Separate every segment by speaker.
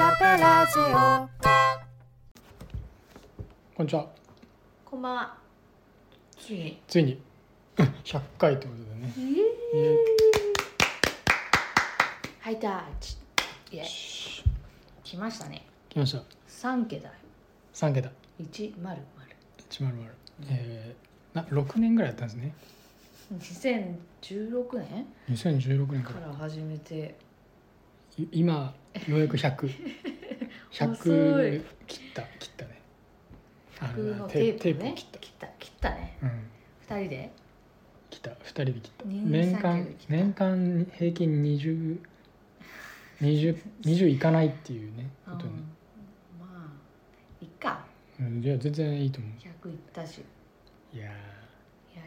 Speaker 1: ラジオ
Speaker 2: こんにちは
Speaker 1: こんばんは
Speaker 3: ついに
Speaker 2: ついに 100回ということでねイエ
Speaker 3: ハイタッチいや
Speaker 2: イシ
Speaker 3: 来ましたね
Speaker 2: ュ来ました
Speaker 3: 3桁
Speaker 2: 3桁
Speaker 3: 100 0
Speaker 2: 100、えー、な6年ぐらいやったんですね
Speaker 3: 2016年
Speaker 2: 2016年か
Speaker 3: からら始めて
Speaker 2: い今ようやく100100
Speaker 3: 遅い
Speaker 2: 切った切ったねあ
Speaker 3: 空の
Speaker 2: な
Speaker 3: テープ
Speaker 2: テ
Speaker 3: を
Speaker 2: ープ
Speaker 3: ね
Speaker 2: を切った
Speaker 3: 切った切ったね
Speaker 2: うん
Speaker 3: 2人で
Speaker 2: 切った2人で切った
Speaker 3: 二人
Speaker 2: 年
Speaker 3: 三
Speaker 2: 間
Speaker 3: 脚で切った
Speaker 2: 年間平均20 20, 20いかないっていうね
Speaker 3: う
Speaker 2: ことに
Speaker 3: ん、まあいっか
Speaker 2: うん、いや全然いいと思うんで
Speaker 3: 100いったし
Speaker 2: すいや
Speaker 3: や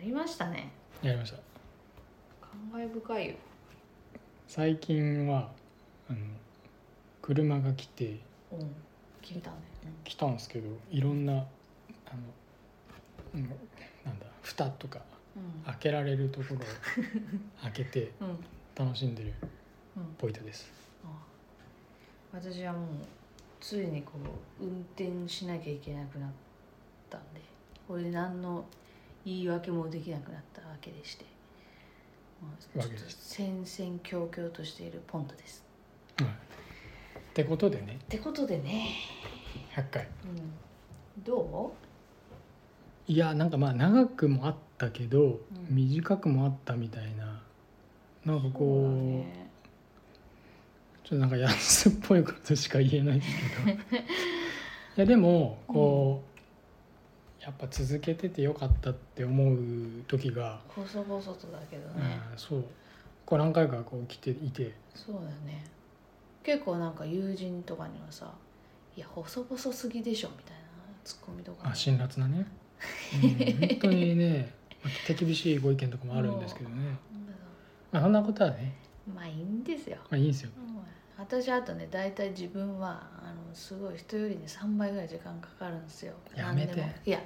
Speaker 3: りましたね
Speaker 2: ーやりました
Speaker 3: 感慨深いよ
Speaker 2: 最近はあの車が来て
Speaker 3: うん聞いたね、
Speaker 2: 来たんですけどいろんなあの、うん、なんだ蓋とか
Speaker 3: うん
Speaker 2: 開けられる ところを開けて
Speaker 3: うん
Speaker 2: 楽しんでる
Speaker 3: うん
Speaker 2: ポイタです
Speaker 3: あ私はもうついにこう運転しなきゃいけなくなったんでこれで何の言い訳もできなくなったわけでして、まあ、
Speaker 2: わ
Speaker 3: ち
Speaker 2: け
Speaker 3: ょっ
Speaker 2: で
Speaker 3: と
Speaker 2: す
Speaker 3: 戦々恐々としているポンドです
Speaker 2: はいってことでね
Speaker 3: ってことでね、
Speaker 2: 100回
Speaker 3: うん、ど
Speaker 2: いやなんかまあ長くもあったけど、
Speaker 3: うん
Speaker 2: 短くもあったみたいななんか
Speaker 3: う
Speaker 2: こ
Speaker 3: そう
Speaker 2: う
Speaker 3: だね
Speaker 2: ちょっとなんか安っぽいことしか言えないですけど いやでもこう、やっぱ続けててよかったって思う時が、
Speaker 3: 細々とだけど
Speaker 2: うん
Speaker 3: ね、
Speaker 2: そうこう何回かこう来ていて
Speaker 3: そうだね結構なんか友人とかにはさ「いや細々すぎでしょ」みたいなツッコミとか
Speaker 2: あ辛辣なね、 うん、本当にねまあ手厳しいご意見とかもあるんですけどね、
Speaker 3: なんだろう
Speaker 2: まあ、そんなことはね、
Speaker 3: まあいいんですよ。
Speaker 2: まあ、いいんですよ
Speaker 3: もう私あとね大体自分はあのすごい人よりね3倍ぐらい時間かかるんですよ。
Speaker 2: やめて
Speaker 3: 何でもいや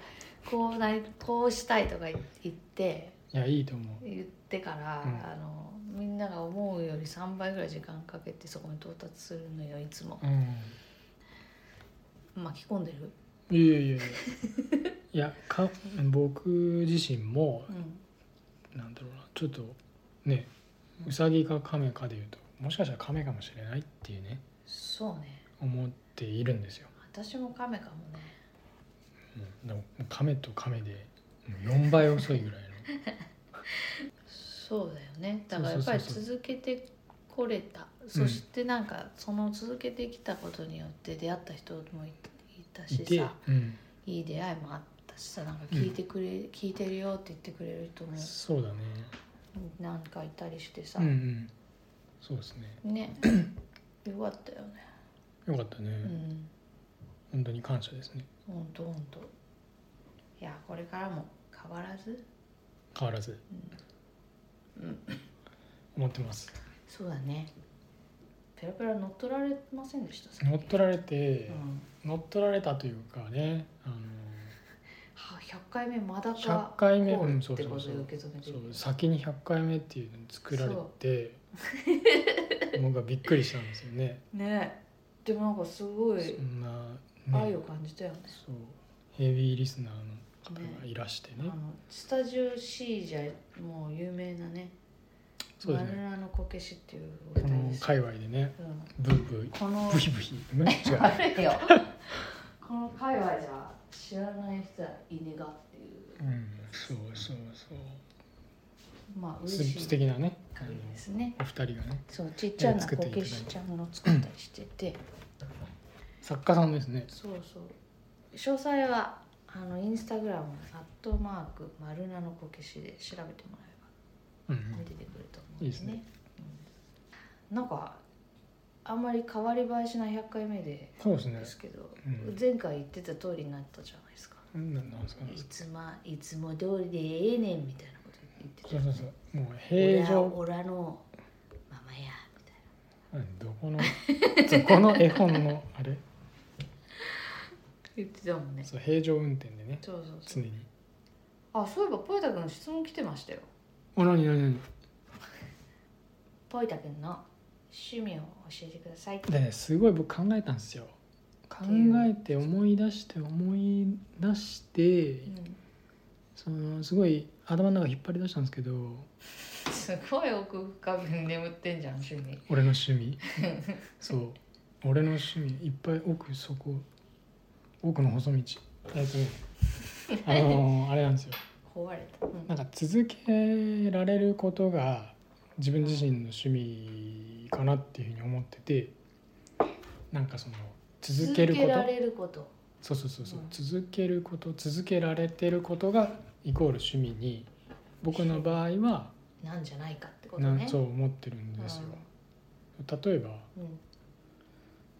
Speaker 3: こうないこうしたいとか言って
Speaker 2: いやいいと思
Speaker 3: 言ってから、
Speaker 2: うん
Speaker 3: あのみんなが思うより3倍ぐらい時間かけてそこに到達するのよいつも
Speaker 2: う、うん、
Speaker 3: 巻き込んでる。
Speaker 2: いやいやいやいやか僕自身も
Speaker 3: うん
Speaker 2: なんだろうなちょっとねうさぎか亀かでいうともしかしたら亀かもしれないっていうね
Speaker 3: そうね
Speaker 2: 思っているんですよ、
Speaker 3: 私も亀かもね。
Speaker 2: うん、でも亀と亀で4倍遅いぐらいの
Speaker 3: そうだよねだからやっぱり
Speaker 2: そうそうそう
Speaker 3: 続けてこれたそ
Speaker 2: うん
Speaker 3: してなんかその続けてきたことによって出会った人もいいた
Speaker 2: い
Speaker 3: してさ、
Speaker 2: うん、
Speaker 3: いい出会いもあったしさなんか聞いてくれ、聞いてるよって言ってくれる人も
Speaker 2: そうだね
Speaker 3: なんかいたりしてさ、
Speaker 2: うんうんそうですね
Speaker 3: ねよかったよね
Speaker 2: よかったね、
Speaker 3: うん
Speaker 2: 本当に感謝ですね
Speaker 3: ほんとほんといやこれからも変わらず
Speaker 2: 変わらず、
Speaker 3: うんうん
Speaker 2: 思ってます
Speaker 3: そうだねペラペラ乗っ取られませんでしたさっき
Speaker 2: 乗っ取られて
Speaker 3: う、ん
Speaker 2: 乗っ取られたというかねあの
Speaker 3: は100回目まだか
Speaker 2: 100回目
Speaker 3: ゴール
Speaker 2: うんそう
Speaker 3: っ
Speaker 2: そ
Speaker 3: て
Speaker 2: うそう
Speaker 3: ことで受け止めて
Speaker 2: そ
Speaker 3: る
Speaker 2: う先に100回目っていうのに作られて僕はびっくりしたんですよね
Speaker 3: ねでもなんかすごい
Speaker 2: そんな、
Speaker 3: 愛
Speaker 2: ね
Speaker 3: を、感じたよね
Speaker 2: そうヘビーリスナーの方がいらして
Speaker 3: あ
Speaker 2: ね
Speaker 3: のスタジオ C じゃもう有名なね「
Speaker 2: そう
Speaker 3: バ
Speaker 2: です
Speaker 3: ナ
Speaker 2: ね
Speaker 3: ナのこけし」っていう
Speaker 2: こ
Speaker 3: 歌
Speaker 2: の
Speaker 3: です、
Speaker 2: 界隈でね
Speaker 3: うん、
Speaker 2: ブーブ
Speaker 3: この
Speaker 2: ーブヒブヒうん違う
Speaker 3: あれよこの界隈じゃ知らない人は稲がっていう
Speaker 2: うんそうそうそう
Speaker 3: まあ嬉
Speaker 2: す
Speaker 3: し
Speaker 2: 素
Speaker 3: い
Speaker 2: 敵なねあの
Speaker 3: 限りですね
Speaker 2: お二人がね
Speaker 3: そうちっちゃなこけしちゃんの作ったりしてて
Speaker 2: 作家さんですね
Speaker 3: そうそう詳細はあのインスタグラムアットマーク丸なのこけしで調べてもらえば
Speaker 2: うん
Speaker 3: 出てくると思う
Speaker 2: い
Speaker 3: ん
Speaker 2: いで
Speaker 3: で
Speaker 2: すす
Speaker 3: ね
Speaker 2: ね
Speaker 3: うんなんかあんまり変わり映えしない100回目で
Speaker 2: そうですね
Speaker 3: ですけど、
Speaker 2: うん
Speaker 3: 前回言ってた通りになったじゃないですか、
Speaker 2: うんななんですかね
Speaker 3: いつまいつも通りでええねんみたいなこと言ってた
Speaker 2: そう
Speaker 3: よね、
Speaker 2: そうそうもう平常
Speaker 3: オラオラのママやみたい
Speaker 2: うんどこの どこの絵本のあれ
Speaker 3: な言ってたもんね
Speaker 2: そう平常運転でね
Speaker 3: そうそうそ
Speaker 2: 常
Speaker 3: う
Speaker 2: に
Speaker 3: あそういえばポイタくん質問来てましたよ
Speaker 2: お何何何
Speaker 3: ポイタくんの趣味を教えてください
Speaker 2: でねすごい僕考えたんですよ考えて思い出して思い出して
Speaker 3: うん
Speaker 2: そのすごい頭の中引っ張り出したんですけど
Speaker 3: すごい奥深くに眠ってんじゃん趣味
Speaker 2: 俺の趣 味そう俺の趣味いっぱい奥そこ奥の細道えっとあのあれなんですよ
Speaker 3: 壊れた、うん
Speaker 2: なんか続けられることが自分自身の趣味かなっていうふうに思っててなんかその続けるこ
Speaker 3: 続ら
Speaker 2: と
Speaker 3: れること
Speaker 2: そうそうそうそう、
Speaker 3: うん
Speaker 2: 続けること続けられてることがイコール趣味に僕の場合は
Speaker 3: なんじゃないかってこと
Speaker 2: な
Speaker 3: ね
Speaker 2: んそう思ってるんですよ。例えば
Speaker 3: うんうん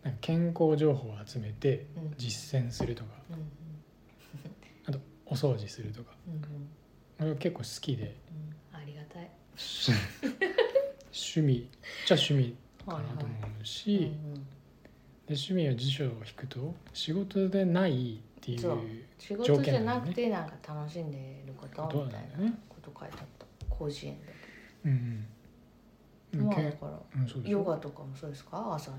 Speaker 2: なんか健康情報を集めて
Speaker 3: うん
Speaker 2: 実践するとか
Speaker 3: うん
Speaker 2: あとお掃除するとか
Speaker 3: うんうん
Speaker 2: 俺は結構好き で
Speaker 3: うんありがたい
Speaker 2: 趣味じゃ趣味かなと思うし、
Speaker 3: うん
Speaker 2: で趣味は辞書を引くと仕事でないってい
Speaker 3: そう
Speaker 2: う
Speaker 3: 仕
Speaker 2: 条
Speaker 3: 事じゃ
Speaker 2: 件な
Speaker 3: な
Speaker 2: だ
Speaker 3: ん
Speaker 2: よね
Speaker 3: くてなんか楽しんでること
Speaker 2: ことなん
Speaker 3: み
Speaker 2: だ
Speaker 3: た
Speaker 2: よ
Speaker 3: い
Speaker 2: ね
Speaker 3: なこと書いてあった広辞苑で
Speaker 2: うんうん
Speaker 3: まあ
Speaker 2: け
Speaker 3: だ
Speaker 2: ん
Speaker 3: から
Speaker 2: うんそうでしょ
Speaker 3: ヨガとかもそうですか朝の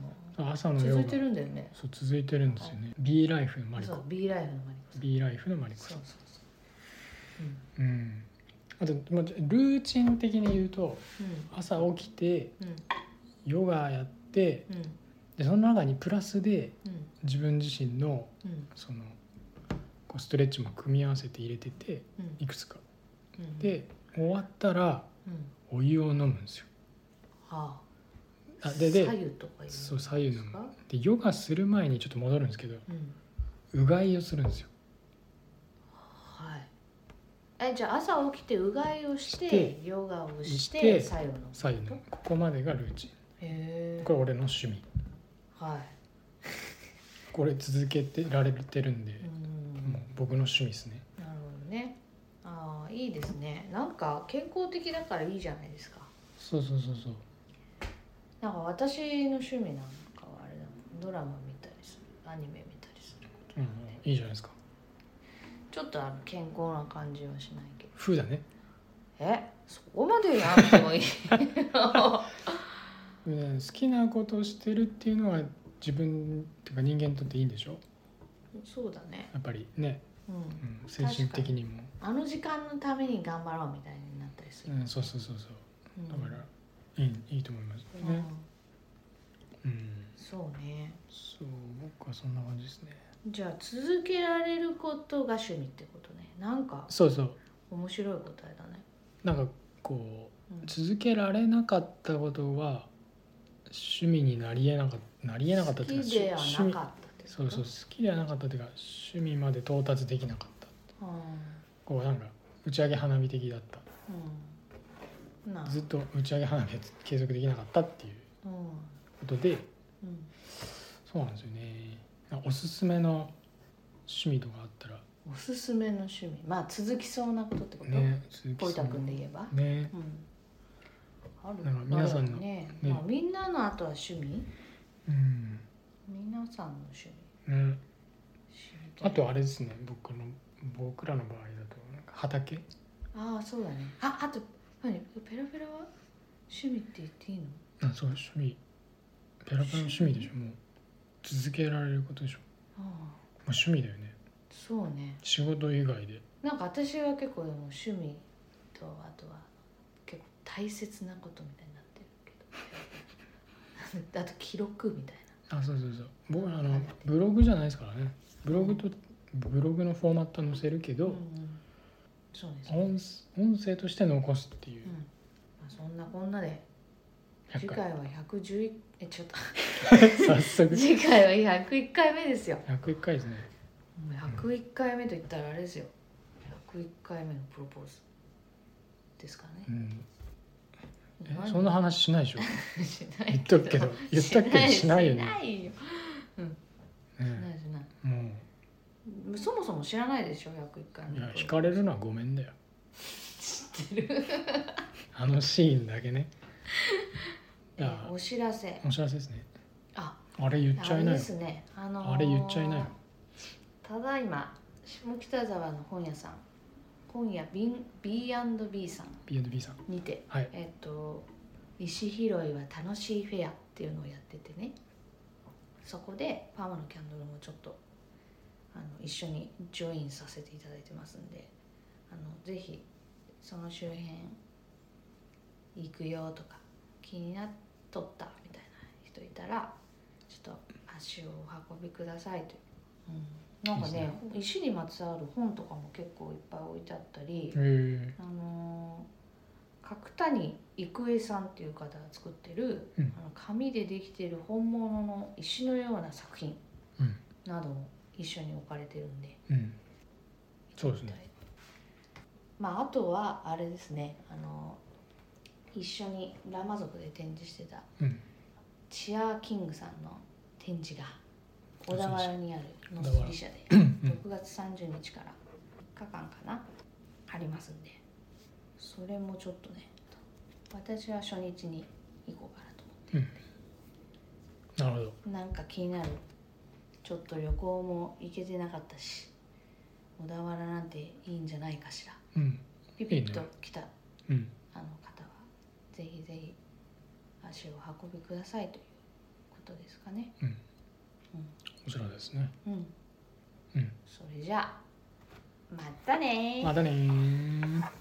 Speaker 2: 朝のヨ
Speaker 3: 続
Speaker 2: ガ
Speaker 3: いてるんだよね
Speaker 2: そう続いてるんですよね B ライフのマリ
Speaker 3: そ
Speaker 2: コ
Speaker 3: う B ライフのマリコさん
Speaker 2: B ライフのマリコ
Speaker 3: そ
Speaker 2: さ
Speaker 3: うんそうそううん
Speaker 2: うんあと、まあ、ルーチン的に言うと朝起きて
Speaker 3: うんうん
Speaker 2: ヨガやって
Speaker 3: うん
Speaker 2: でその中にプラスで
Speaker 3: うん
Speaker 2: 自分自身の
Speaker 3: うん
Speaker 2: そのこうストレッチも組み合わせて入れてて
Speaker 3: うん
Speaker 2: いくつか
Speaker 3: うん
Speaker 2: で終わったら
Speaker 3: うん
Speaker 2: お湯を飲むんですよ
Speaker 3: はあ
Speaker 2: あでで
Speaker 3: 左右とかいです
Speaker 2: そう
Speaker 3: か
Speaker 2: 左右飲むでヨガする前にちょっと戻るんですけど
Speaker 3: うん
Speaker 2: うがいをするんですよ
Speaker 3: はいえじゃあ朝起きてうがいをし
Speaker 2: して
Speaker 3: てヨガをし
Speaker 2: して
Speaker 3: て左右飲む
Speaker 2: 左右のここまでがルーチ
Speaker 3: へ
Speaker 2: ン
Speaker 3: え
Speaker 2: これ俺の趣味
Speaker 3: は
Speaker 2: これ続けてられてるんで
Speaker 3: いうん
Speaker 2: もう僕の趣味ですね
Speaker 3: なるほどねああいいですねなんか健康的だからいいじゃないですか
Speaker 2: そうそうそうそう
Speaker 3: なんか私の趣味なんかはあれだもんドラマ見たりするアニメ見たりすること
Speaker 2: う
Speaker 3: なんんで、
Speaker 2: いいじゃないですか
Speaker 3: ちょっとあの健康な感じはしないけど
Speaker 2: 風だね
Speaker 3: えそこまでやんでもいい
Speaker 2: うん好きなことをしてるっていうのは自分っていうか人間にとっていいんでしょ
Speaker 3: そうだね
Speaker 2: やっぱりね、
Speaker 3: うん
Speaker 2: うん、精神的にも
Speaker 3: あの時間のために頑張ろうみたいになったりする。
Speaker 2: うん、そうそうそうそう
Speaker 3: うん
Speaker 2: だから、いいいいと思います
Speaker 3: う
Speaker 2: ね
Speaker 3: ん
Speaker 2: うん
Speaker 3: そうね。
Speaker 2: そう僕はそんな感じですね
Speaker 3: じゃあ続けられることが趣味ってことね。なんか
Speaker 2: そうそう
Speaker 3: 面白い答えだね。
Speaker 2: なんかこ
Speaker 3: うん
Speaker 2: う続けられなかったことは趣味になりえなかったなりえなかったっていう
Speaker 3: 好きでは
Speaker 2: 趣
Speaker 3: な
Speaker 2: 味
Speaker 3: かったってこと。
Speaker 2: そうそう好きではなかったっていうか趣味まで到達できなかった
Speaker 3: うん。
Speaker 2: こうなんか打ち上げ花火的だった
Speaker 3: うん。なあ。
Speaker 2: ずっと打ち上げ花火が継続できなかったっていう
Speaker 3: うん。
Speaker 2: ことで
Speaker 3: うん。
Speaker 2: そうなんですよねなんかおすすめの趣味とかあったら
Speaker 3: おすすめの趣味。まあ続きそうなことってこと。
Speaker 2: ね鈴
Speaker 3: ポイ
Speaker 2: さ
Speaker 3: タ
Speaker 2: ん
Speaker 3: 君で言えば。
Speaker 2: ね
Speaker 3: うん。ある
Speaker 2: なんか皆さんの
Speaker 3: ね。
Speaker 2: ね
Speaker 3: まあみんなのあとは趣味。
Speaker 2: うん、
Speaker 3: 皆さんの趣味。
Speaker 2: ね、
Speaker 3: 知りたい
Speaker 2: あとあれですね僕の僕らの場合だとなんか畑
Speaker 3: ああそうだねああと何ペラペラは趣味って言っていいの
Speaker 2: あそう趣味ペラペラの趣味でしょもう続けられることでしょ
Speaker 3: ああ
Speaker 2: まあ趣味だよね
Speaker 3: そうね
Speaker 2: 仕事以外で
Speaker 3: なんか私は結構でも趣味とあとは結構大切なことみたいになってるけど あと記録みたい
Speaker 2: あそうそうそう僕あのブログじゃないですからねブログとブログのフォーマットは載せるけ
Speaker 3: な
Speaker 2: ど、
Speaker 3: ん、そうですね、
Speaker 2: 音す音声として残すっていう
Speaker 3: うんまあ、そんなこんなで次
Speaker 2: 100回
Speaker 3: 回は111えちょ っと
Speaker 2: 早速
Speaker 3: 次回は101回目ですよ
Speaker 2: 101回ですね
Speaker 3: もう101回目と言ったらあれですよ101回目のプロポーズですかね
Speaker 2: う、んえ
Speaker 3: 何
Speaker 2: そんな話しないでしょ
Speaker 3: しない
Speaker 2: 言っとくけど言ったっけどしないよね
Speaker 3: しないよしな
Speaker 2: ね
Speaker 3: いしない
Speaker 2: も
Speaker 3: そもそも知らないでしょ101回
Speaker 2: うい
Speaker 3: 目
Speaker 2: や惹かれるのはごめんだよあのシーンだけねい
Speaker 3: え
Speaker 2: や
Speaker 3: ーお知らせ
Speaker 2: お知らせですね
Speaker 3: あ
Speaker 2: あれ言っちゃ
Speaker 3: あ
Speaker 2: い
Speaker 3: れ
Speaker 2: な
Speaker 3: で
Speaker 2: よ
Speaker 3: すねあのー
Speaker 2: あれ言っちゃいなよ
Speaker 3: ただいま下北沢の本屋さん本屋 B- B&B さん
Speaker 2: B&B さん
Speaker 3: にて、
Speaker 2: はい
Speaker 3: えっ、と石拾いは楽しいフェアっていうのをやっててねそこでパーマのキャンドルもちょっとあの一緒にジョインさせていただいてますんであのぜひその周辺行くよとか気になっとったみたいな人いたらちょっと足をお運びくださいという、うん、なんかね石にまつわる本とかも結構いっぱい置いてあったり、
Speaker 2: え
Speaker 3: あのー角谷郁恵さんっていう方が作ってる、
Speaker 2: うん
Speaker 3: あの紙でできてる本物の石のような作品
Speaker 2: うん
Speaker 3: なども一緒に置かれてるんで、
Speaker 2: ーうん、そうですね
Speaker 3: まああとはあれですねあのー一緒にラマ族で展示してた
Speaker 2: うん
Speaker 3: チアーキングさんの展示が小田原にある
Speaker 2: う
Speaker 3: 野
Speaker 2: そう
Speaker 3: 杉社で
Speaker 2: うん
Speaker 3: 6月30日から3日間かなありますんでそれもちょっとね私は初日に行こうかな
Speaker 2: な
Speaker 3: と
Speaker 2: るほど
Speaker 3: 思うなんか気になるちょっと旅行も行けてなかったし小田原なんていいんじゃないかしら
Speaker 2: うん
Speaker 3: ピピッと
Speaker 2: いいね
Speaker 3: 来た
Speaker 2: うん
Speaker 3: あの方はぜひぜひ足を運びくださいということですかね
Speaker 2: うんこちらですね
Speaker 3: うん
Speaker 2: うん
Speaker 3: それじゃあまたねー
Speaker 2: またねー